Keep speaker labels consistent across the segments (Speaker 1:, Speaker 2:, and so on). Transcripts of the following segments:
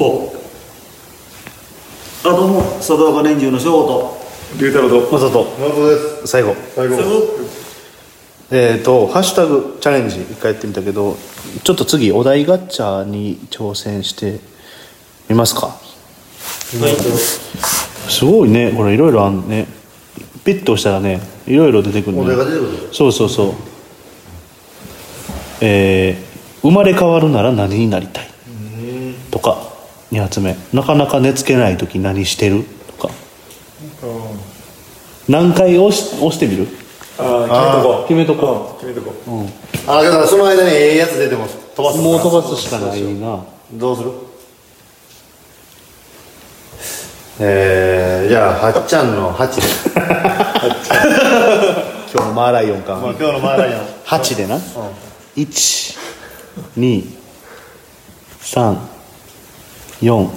Speaker 1: おあどうも佐渡岡年中の翔と
Speaker 2: 龍太郎と
Speaker 3: マサト
Speaker 2: 松本です
Speaker 3: 最後
Speaker 2: 最後
Speaker 3: えっ、と「ハッシュタグチャレンジ」一回やってみたけどちょっと次お題ガッチャに挑戦してみますか
Speaker 1: はい
Speaker 3: すごいねこれいろいろあんねピッと押したらねいろいろ出てくるね
Speaker 2: お題が出てくる
Speaker 3: そうそうそうえー生まれ変わるなら何になりたいとか2発目なかなか寝つけない時何してるとか何回押し押してみる
Speaker 2: あー
Speaker 3: 決めとこ
Speaker 2: 決めとこう
Speaker 4: あだからその間にええやつ出ても飛ばす
Speaker 3: うもう飛ばすしかないな
Speaker 4: どうするえー、じゃあはっちゃんの8で
Speaker 3: 今日のマーライオンか、
Speaker 4: 今日のマーライオン
Speaker 3: 8でな、一二三四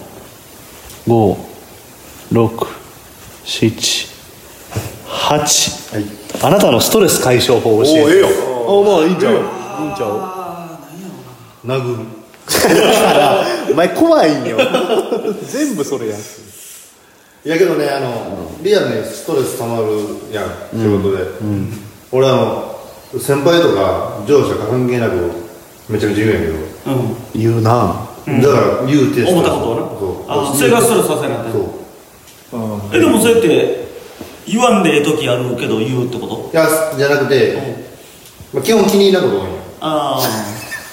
Speaker 3: 五六七八あなたのストレス解消法を教えて
Speaker 4: おええよ
Speaker 3: おまあいいんちゃういいんちゃ
Speaker 4: 殴る
Speaker 3: うお前怖いん よ全部それやん
Speaker 4: いやけどねあの、リアルにストレスたまるやん仕事で、俺あの先輩とか上司とか関係なくめちゃめちゃ言うんや
Speaker 1: うん
Speaker 3: 言うな
Speaker 4: けど、だから言うて
Speaker 1: 思ったことはな
Speaker 4: そ
Speaker 1: あ
Speaker 4: う
Speaker 1: それがストレスさせなかった
Speaker 4: そう
Speaker 1: えでもそうやって言わんでええ時あるけど言うってこと
Speaker 4: いやじゃなくて、まあ、基本気に入らんことが多いんや
Speaker 1: あ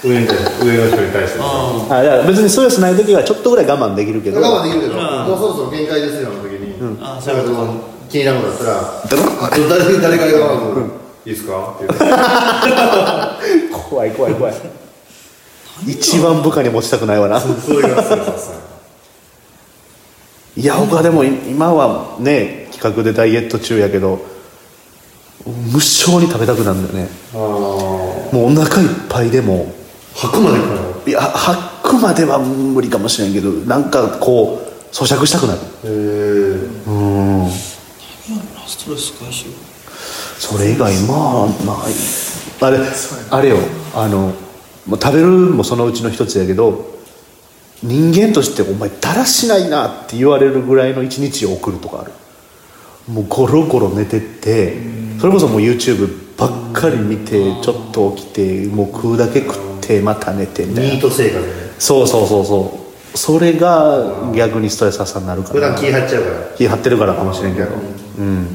Speaker 4: 上に対して上の人に対して
Speaker 1: ああ
Speaker 3: あだから別にストレスない時はちょっとぐらい我慢できるけど
Speaker 4: 我慢できるけど、
Speaker 1: うん
Speaker 4: もうそろそろ限界ですよの時に、な
Speaker 1: あ
Speaker 4: んか
Speaker 1: そういう
Speaker 4: そ
Speaker 1: こと
Speaker 4: の気になることだったらちょっと誰に誰からがまずいいですかって言って
Speaker 3: 怖い怖い怖い一番部下に持ちたくないわな
Speaker 4: それがストレス発散
Speaker 3: いや僕はでもい今はね企画でダイエット中やけど無性に食べたくなるんだよね
Speaker 4: あー
Speaker 3: もうお腹いっぱいでも
Speaker 4: 吐くまで来ない
Speaker 3: いや吐くまでは無理かもしれんけどなんかこう咀嚼したくなる
Speaker 4: えー、
Speaker 3: うん
Speaker 1: ストレス解消
Speaker 3: それ以外まあないあれあれよあのもう食べるもそのうちの一つやけど人間としてお前だらしないなって言われるぐらいの一日を送るとかあるもうゴロゴロ寝てってそれこそもう YouTube ばっかり見てちょっと起きてもう食うだけ食ってまた寝てみた
Speaker 4: ニ
Speaker 3: い
Speaker 4: ー
Speaker 3: な
Speaker 4: ト生活ね
Speaker 3: そうそうそうそうそれが逆にストレス発散になるか
Speaker 4: 普
Speaker 3: ら
Speaker 4: 段気張っちゃうから
Speaker 3: 気張ってるからかもしれんけどうん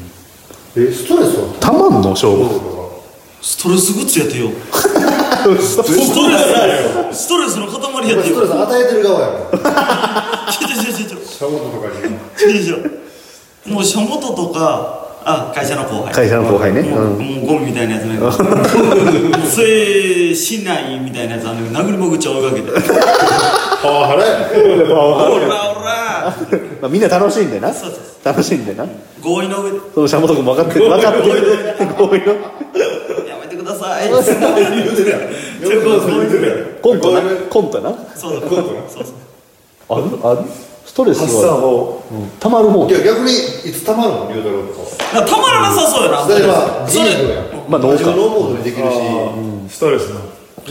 Speaker 4: えストレスは
Speaker 3: たまんの正
Speaker 4: どう
Speaker 3: 午
Speaker 4: いうこ
Speaker 1: ストレスグッズやってよストレスストレスの塊
Speaker 4: と
Speaker 1: や
Speaker 4: かスト
Speaker 1: ってよ
Speaker 4: レス与えてる側やから
Speaker 1: ちょちょちょちょ
Speaker 4: シャボンとかに
Speaker 1: ちょちょちょもうしょもととかあ会社の後輩
Speaker 3: 会社の後輩ね、
Speaker 1: もう
Speaker 3: うん
Speaker 1: もうゴミみたいなやつねそれしないみたいなやつあんねん殴りまぐっちゃ追いかけて
Speaker 4: パワハラや
Speaker 1: オラオラ
Speaker 3: まあ、みんな楽しいんでな
Speaker 1: そうそうそ
Speaker 3: 楽しいんでな
Speaker 1: 合意の上で
Speaker 3: そのシャモト君も分かって る分かってるこういうの
Speaker 1: やめてくだ さいそうそう
Speaker 3: コントなコントな
Speaker 1: そうそうそう
Speaker 3: あるあるストレス
Speaker 2: 発散
Speaker 3: は
Speaker 2: 法
Speaker 3: たまる方
Speaker 4: いや逆にいつたまるの龍太郎とか
Speaker 1: なんかたまらなさそうやな
Speaker 4: だから自
Speaker 1: それ
Speaker 4: 由やん
Speaker 3: まあ農家
Speaker 4: 自分の思うことにできるし
Speaker 2: ストレスの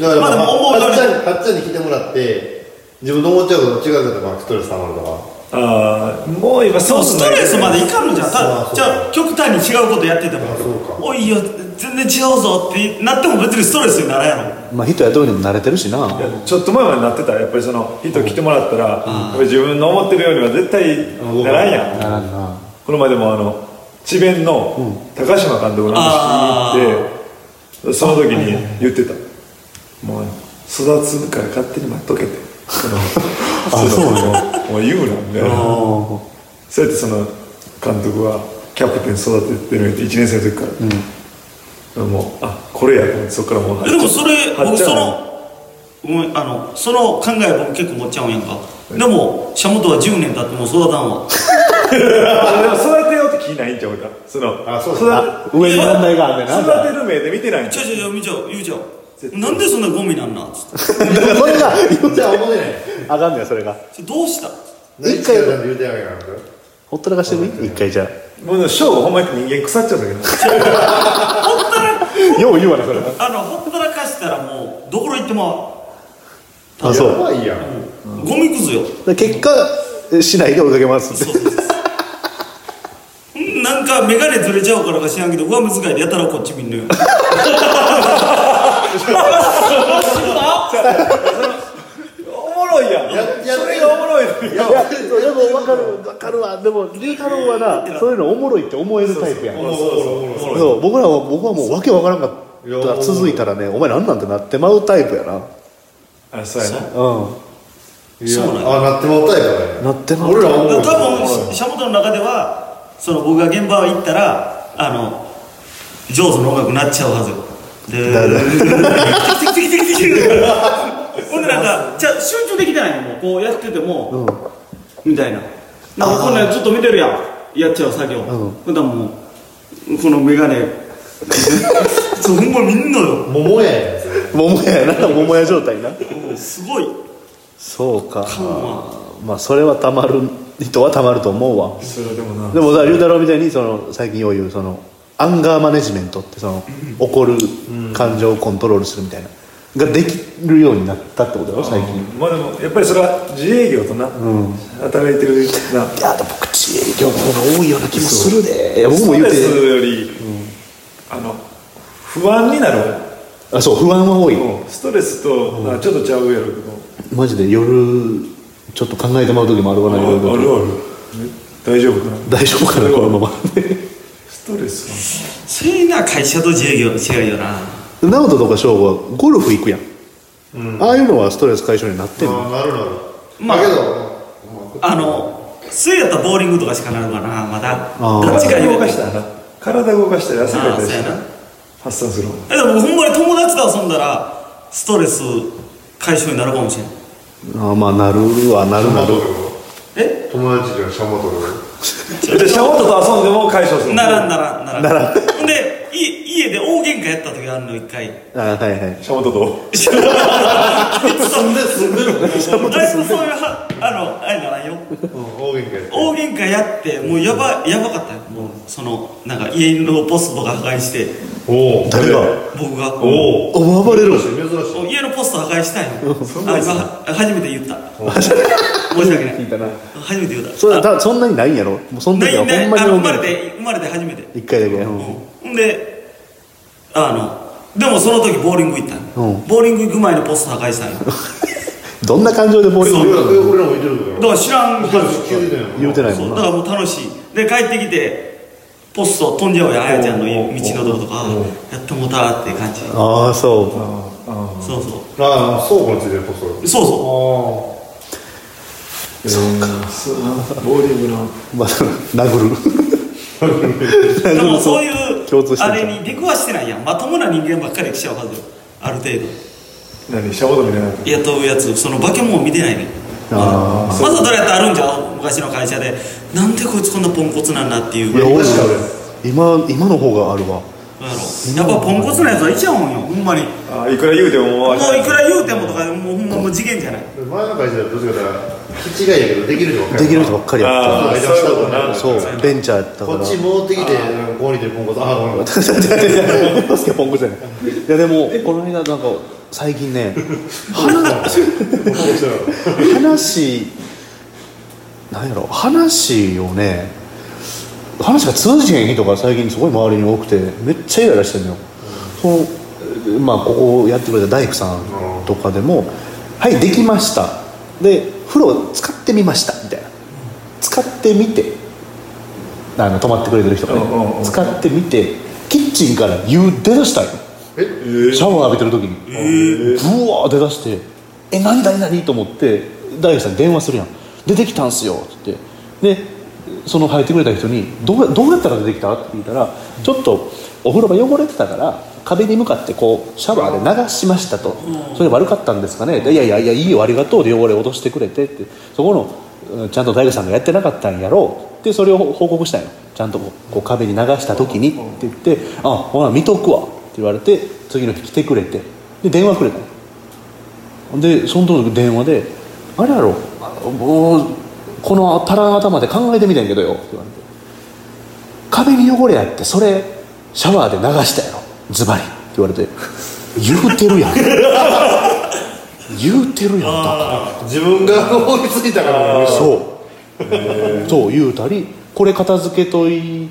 Speaker 4: だから、まあ、
Speaker 1: まあでも思うよ
Speaker 4: は
Speaker 1: り
Speaker 4: っちゃんはっちゃんに来てもらって自分の思っちゃうことと違うことまあストレスたまるとか
Speaker 2: ああもう今そ
Speaker 1: そうストレスまでい
Speaker 2: い
Speaker 1: かんのじゃんただ
Speaker 4: そうそう
Speaker 1: じゃあ極端に違うことやってても
Speaker 4: あそうか
Speaker 1: おいいや全然違うぞってなっても別にストレスにならんやろ
Speaker 3: まあ人雇うにも慣れてるしな
Speaker 2: やちょっと前までなってたやっぱりその人来てもらったらやっぱり自分の思ってるようには絶対ならんやん
Speaker 3: ならんな
Speaker 2: この前でもあの智弁の高島監督の話聞いてその時に言ってたもう育つから勝手に待っとけってそのそうそう もう言うなみたいなそうやってその監督はキャプテン育ててるのって1年生の時から、もうあこれやと思ってそっからもう
Speaker 1: えでもそれ
Speaker 2: はっ
Speaker 1: 僕
Speaker 2: ちゃん
Speaker 1: そ
Speaker 2: は
Speaker 1: のごめんあのその考え僕結構持っちゃうんやんかでもシャモトは10年経っても育たんわ
Speaker 2: あでも育てようって気ないんちゃうかその
Speaker 4: あそう
Speaker 2: 育
Speaker 3: 上に問題があんねんな
Speaker 2: て育てる目で見てないんち
Speaker 1: ち
Speaker 2: ゃ
Speaker 1: ょ
Speaker 2: う
Speaker 1: ちょちょ見ちゃう言うちゃうなんでそんなゴミなんなっつっ
Speaker 3: それが
Speaker 4: じゃあ思うてない
Speaker 3: あかんねやそれが
Speaker 1: てどうした
Speaker 4: 何
Speaker 3: 一回
Speaker 4: 違うなんて言うてやるやんか
Speaker 3: ほったらかしてみ一回じゃ
Speaker 2: もうでもショーほんまに人間腐っちゃうんだけど
Speaker 3: あよう言うわなそれ
Speaker 1: あのほったらかしたらもうどころ行っても
Speaker 3: あそう
Speaker 4: やばいやん
Speaker 1: う、ゴミくずよ
Speaker 3: ら結果市内で追いかけますって
Speaker 1: うんなんか眼鏡ずれちゃうからか知らんけど上目遣いでやたらこっち見んのよ
Speaker 2: おもろいやん
Speaker 4: やや
Speaker 2: それがおもろいのよ
Speaker 3: いやそうでも分かる分かるわでも龍太郎はなそういうのおもろいって思えるタイプやん
Speaker 4: そうそうそう
Speaker 3: そう僕らは僕はもう訳分からんか
Speaker 4: い
Speaker 3: った
Speaker 4: や
Speaker 3: ら続いたらねお前なんなんてなってまうタイプやな
Speaker 2: あそうやな
Speaker 3: う
Speaker 4: いや
Speaker 1: そうなんや
Speaker 4: あなってもうたいからね
Speaker 3: なってもうた
Speaker 4: 俺ら
Speaker 1: 多
Speaker 4: 思う
Speaker 1: 分シャモトの中ではその僕が現場行ったらあの上手の音楽なっちゃうはずよで
Speaker 3: だだ
Speaker 1: テキテキテキテキテキほんでなんかじゃあ集中できてないのもうこうやってても、
Speaker 3: ん
Speaker 1: みたいななんかこんなんずっと見てるやんやっちゃう作業、
Speaker 3: ん
Speaker 1: ほんだらもうこの眼鏡そうほんま見んのよ
Speaker 4: 桃やん
Speaker 3: 桃屋 やな桃屋状態な
Speaker 1: すごい
Speaker 3: そうか
Speaker 1: も
Speaker 3: まあそれはたまる人はたまると思うわ
Speaker 2: それでもな
Speaker 3: でもさ龍太郎みたいにその最近よう言うそのアンガーマネジメントってその怒る感情をコントロールするみたいなができるようになったってことだろ最近
Speaker 2: まあでもやっぱりそれは自営業とな、働いてるない
Speaker 3: やでも僕自営業の方が多いような気もするでいや僕も言う
Speaker 2: スト
Speaker 3: て
Speaker 2: レスより、あの不安になるわ
Speaker 3: あそう不安は多い
Speaker 2: もうストレスと、まあちょっとちゃうやろうけど
Speaker 3: マジで夜ちょっと考えてもらう時もあるわ
Speaker 2: あ
Speaker 3: な
Speaker 2: あ
Speaker 3: いろいろ
Speaker 2: るある大丈夫かな
Speaker 3: 大丈夫かなこのまま
Speaker 2: ストレス
Speaker 1: うそういうな会社と自営業の違いよな
Speaker 3: 直人とか翔吾はゴルフ行くやん、ああいうのはストレス解消になってんの
Speaker 4: あなるなる
Speaker 1: ま
Speaker 4: まあ
Speaker 1: あ
Speaker 4: けど
Speaker 1: あのそうやったらボーリングとかしかなるかなまだ
Speaker 3: あー
Speaker 1: どっちか
Speaker 2: 体
Speaker 1: 言
Speaker 2: 動
Speaker 1: う
Speaker 2: か
Speaker 1: て
Speaker 2: したらな体動かしたり汗かいたり
Speaker 1: あ
Speaker 2: し
Speaker 1: ーそう
Speaker 2: た
Speaker 1: や
Speaker 2: ら
Speaker 1: な
Speaker 2: 発散するわ
Speaker 1: えでもほんまに友達と遊んだらストレス解消になるかもしれん
Speaker 3: あまあなるはな
Speaker 4: シ
Speaker 3: る
Speaker 4: ャ
Speaker 3: な
Speaker 4: モ
Speaker 3: る
Speaker 4: トル
Speaker 1: え
Speaker 4: 友達じゃシャモトル
Speaker 2: でシャモトと遊んでも解消する
Speaker 1: ならんならんならん
Speaker 3: なら
Speaker 1: ほんでい家で大喧嘩やった時あんの一回
Speaker 3: あはいはい
Speaker 2: シャモトと
Speaker 4: 住んで住んでる
Speaker 1: あいつ そういうはあのあれならんよ
Speaker 4: 大喧嘩や
Speaker 1: 大喧嘩やってもうやばやばかったよもうそのなんか家のポストが破壊して
Speaker 4: おお
Speaker 3: 誰が
Speaker 1: 僕が
Speaker 4: おお
Speaker 3: お暴れる
Speaker 4: 珍しい珍しい
Speaker 1: 家のポスト破壊したい のあ今初めて言った申し訳ない
Speaker 3: いたな
Speaker 1: 初めて言った
Speaker 3: それだそんなにないんやろもうその時はほ
Speaker 1: ない
Speaker 3: んま
Speaker 1: ないあ
Speaker 3: に
Speaker 1: の
Speaker 3: 思
Speaker 1: 生まれ
Speaker 3: う
Speaker 1: て生まれて初めて
Speaker 3: 一回だけうん
Speaker 1: うんであのでもその時ボーリング行ったの、
Speaker 3: うん
Speaker 1: ボーリング行く前のポスト破壊し たんよだか
Speaker 3: どんな感情でボーリング
Speaker 4: 俺ら俺らもいてるけど
Speaker 1: ら知らんはず
Speaker 4: 聞いてたよ
Speaker 3: 言うてない
Speaker 1: そ
Speaker 3: も
Speaker 1: うん
Speaker 3: な
Speaker 1: だからもう楽しいで帰ってきてポスト飛んじゃうやんあやちゃんの道のとことかやっともうたって感じそう
Speaker 3: ああそ
Speaker 2: ああ
Speaker 1: そう
Speaker 4: ああ倉庫についてるポスト
Speaker 1: そうそ
Speaker 4: あ
Speaker 2: そうかそうボーリング
Speaker 3: う
Speaker 2: の
Speaker 3: まあ殴る
Speaker 1: うでもそういう
Speaker 3: 共通してん
Speaker 1: あ
Speaker 3: じゃん
Speaker 1: れに出くわしてないやんまともな人間ばっかり来ちゃうはずよある程度
Speaker 2: 何シャモトみたいな
Speaker 1: 雇うやつその化け物見てないね
Speaker 3: あ
Speaker 1: まずどれやったらあるんじゃん昔の会社でなんでこいつこんなポンコツなんだっていう
Speaker 3: あいや
Speaker 1: なんや
Speaker 3: 俺今今の方があるわ
Speaker 1: ろやっぱポンコツなやつはいちゃうんよほんまにも
Speaker 2: あいくら言うてもも
Speaker 1: ういくら言うてもとかもうほんまもう次元じゃない
Speaker 4: あ前の会社ではどっちかというと気違いやけどできる人ばっかり
Speaker 3: できる人ばっかりやっ
Speaker 2: ああそういうことな
Speaker 3: たそうベンチャーやったか
Speaker 4: こ
Speaker 3: ら
Speaker 4: っち戻ってきてここにいてるポンコツああごめんごめん
Speaker 3: バスケポンコツやねいやでもこの間なんか最近ね話なんやろ話をね話が通じへん人が最近すごい周りに多くてめっちゃイライラしてるのよ、そのまあここをやってくれた大工さんとかでも「はいできました」で「風呂使ってみました」みたいな使ってみてあの泊まってくれてる人がね、
Speaker 2: うんうんうん
Speaker 3: 使ってみてキッチンから湯出だしたよ
Speaker 4: え
Speaker 3: シャワー浴びてる時に、ブワー出だして「え何何何?」と思って大工さんに電話するやん「出てきたんすよ」って言ってでその入ってくれた人にどうや「どうやったら出てきた?」って聞いたら「ちょっとお風呂が汚れてたから壁に向かってこうシャワーで流しましたと」それ悪かったんですかね?」でいやいやいやいいよありがとう」で汚れ落としてくれてってそこのうんちゃんと大工さんがやってなかったんやろうでそれを報告したんよちゃんとこうこう壁に流した時にって言って「あほな見とくわ」って言われて次の日来てくれてで電話くれたのでその時電話で「あれやろあもうこのタラ頭で考えてみたんやけどよ」って言われて「壁に汚れやってそれシャワーで流したやろズバリ」って言われて「言うてるやん言うてるやんだ
Speaker 1: あ
Speaker 4: 自分が思いついたからね
Speaker 3: そうそう言うたりこれ片付けとい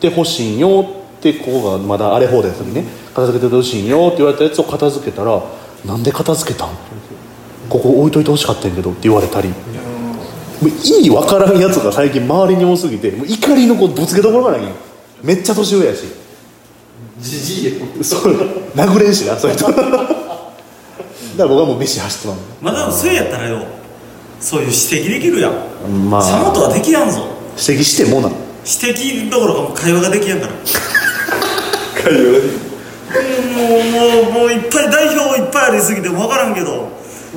Speaker 3: てほしいんよってここがまだあれ放題の時ね片付けてほしいんよって言われたやつを片付けたらなんで片付けたんここ置いといてほしかったんやけどって言われたりもう意味わからんやつが最近周りに多すぎてもう怒りのこうぶつけどころがないんよめっちゃ年上やし
Speaker 4: じじいや
Speaker 3: そう殴れんしなそういう人だから僕はもう飯走って
Speaker 1: まあでもそれやったらよそういう指摘できるやん
Speaker 3: たのま
Speaker 1: サモ
Speaker 3: あ
Speaker 1: とはできやんぞ
Speaker 3: 指摘してもな
Speaker 1: 指摘どころかもう会話ができやんから
Speaker 2: 会話に
Speaker 1: もうもうもういっぱい代表いっぱいありすぎて分からんけど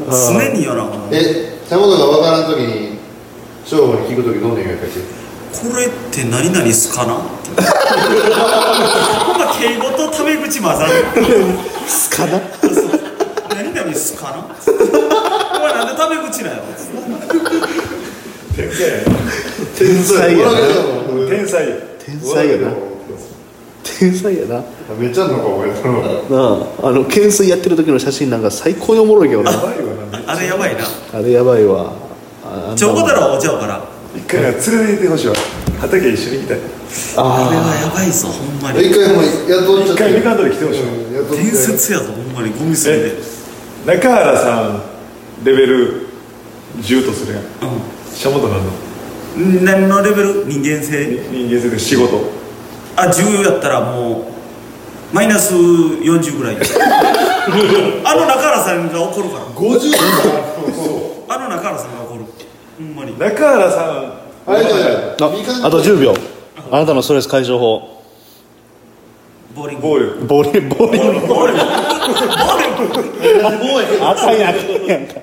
Speaker 1: 常によなこの
Speaker 4: え手元が分からん時に省吾に聞く時どんな言い方して
Speaker 1: これって何々すかなってほんま敬語とタメ口混ざる
Speaker 3: すかな
Speaker 1: 何々すかなお前なんでタメ口なよ
Speaker 2: 天才
Speaker 3: 天才や
Speaker 2: や
Speaker 3: な
Speaker 2: な天才や
Speaker 3: 天才やな天才やな
Speaker 4: めっちゃあんのかお前その
Speaker 3: なああの懸垂やってる時の写真なんか最高におもろいけどな
Speaker 2: 怖いわな
Speaker 1: あれやばいな
Speaker 3: あれやばいわあ
Speaker 1: ちょこ
Speaker 3: あん
Speaker 1: た
Speaker 3: な
Speaker 1: らおちゃうから
Speaker 2: 一回連れて行ってほしいわ畑一緒に行きたい
Speaker 1: あれ
Speaker 3: あ
Speaker 1: はやばいぞほんま
Speaker 4: 一
Speaker 1: に
Speaker 4: 回もう雇っちゃって
Speaker 2: 一回リカードで来てほしいわ
Speaker 4: うん雇っちゃって
Speaker 1: 伝説やぞほんまにゴミすぎて
Speaker 2: え中原さんレベル10とするやん社元なんの
Speaker 1: うん何のレベル人間性
Speaker 2: 人間性で仕事
Speaker 1: あ重要やったらもうマイナス40ぐらい あの中原さんが怒るから
Speaker 4: 50だ
Speaker 1: あの中原さんが怒るほんまに
Speaker 2: 中原さん
Speaker 4: あれじゃない
Speaker 3: ああと10秒あなたのストレス解消法
Speaker 1: ボーリング
Speaker 3: ボ
Speaker 2: 暴力
Speaker 3: ーリンボーリング
Speaker 1: ボーリング
Speaker 4: もうやけど
Speaker 3: あかんやんあかんやんか